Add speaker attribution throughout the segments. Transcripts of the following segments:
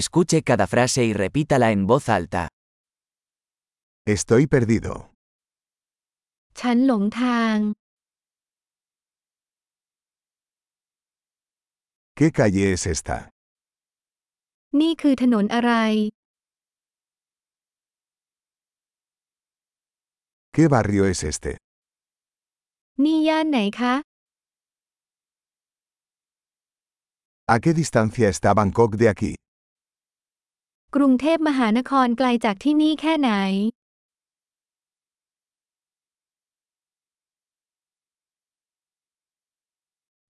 Speaker 1: Escuche cada frase y repítala en voz alta.
Speaker 2: Estoy perdido.
Speaker 3: ฉันหลงทาง
Speaker 2: ¿Qué calle es esta?
Speaker 3: นี่คือถนนอะไร
Speaker 2: ¿Qué barrio es este?
Speaker 3: นี่ย่านไหนคะ
Speaker 2: ¿A qué distancia está Bangkok de aquí?
Speaker 3: กรุงเทพมหานครไกลจากที่นี่แค่ไหน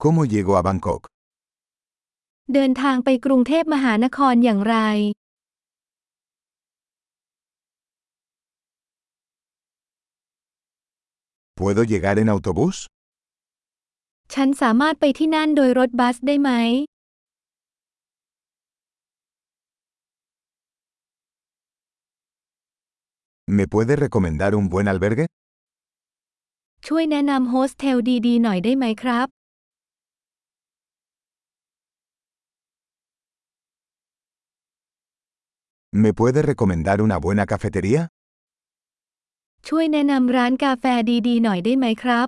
Speaker 2: ¿Cómo llego a Bangkok?
Speaker 3: เดินทางไปกรุงเทพมหานครอย่างไร
Speaker 2: ¿Puedo llegar en autobús?
Speaker 3: ฉันสามารถไปที่นั่นโดยรถบัสได้ไหม
Speaker 2: ¿Me puede recomendar un buen albergue?
Speaker 3: ช่วยแนะนำโฮสเทลดีๆ หน่อยได้ไหมครับ
Speaker 2: ¿Me puede recomendar una buena cafetería?
Speaker 3: ช่วยแนะนำร้านกาแฟดีๆ หน่อยได้ไหมครับ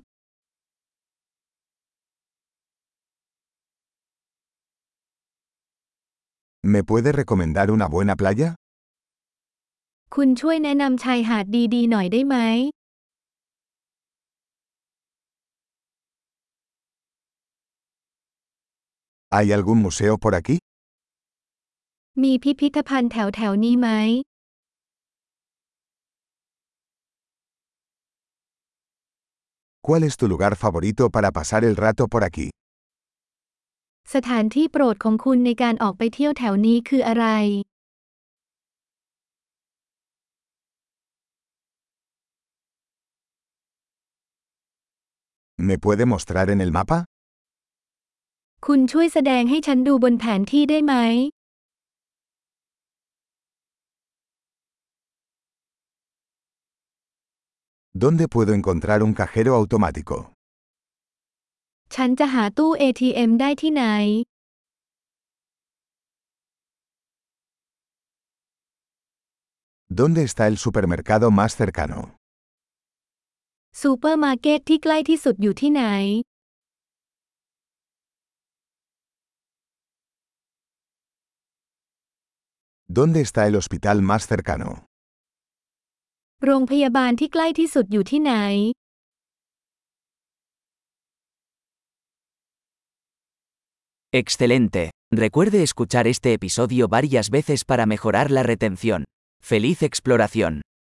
Speaker 2: ¿Me puede recomendar una buena playa?
Speaker 3: คุณช่วยแนะนำชายหาดดีๆ หน่อยได้ไหม
Speaker 2: ¿Hay algún museo por aquí?
Speaker 3: มีพิพิธภัณฑ์แถวแถวๆนี้ไหม
Speaker 2: ¿Cuál es tu lugar favorito para pasar el rato por aquí?
Speaker 3: สถานที่โปรดของคุณในการออกไปเที่ยวแถวนี้คืออะไร
Speaker 2: ¿Me puede mostrar en el mapa?
Speaker 3: คุณช่วยแสดงให้ฉันดูบนแผนที่ได้ไหม
Speaker 2: ¿Dónde puedo encontrar un cajero automático?
Speaker 3: ฉันจะหาตู้ ATM ได้ที่ไหน
Speaker 2: ¿Dónde está el supermercado más cercano?
Speaker 3: ซูเปอร์มาร์เก็ตที่ใกล้ที่สุดอยู่ที่ไหน
Speaker 2: ¿Dónde está el hospital más cercano?
Speaker 3: โรงพยาบาลที่ใกล้ที่สุดอยู่ที่ไหน
Speaker 1: Excelente. Recuerde escuchar este episodio varias veces para mejorar la retención. ¡Feliz exploración!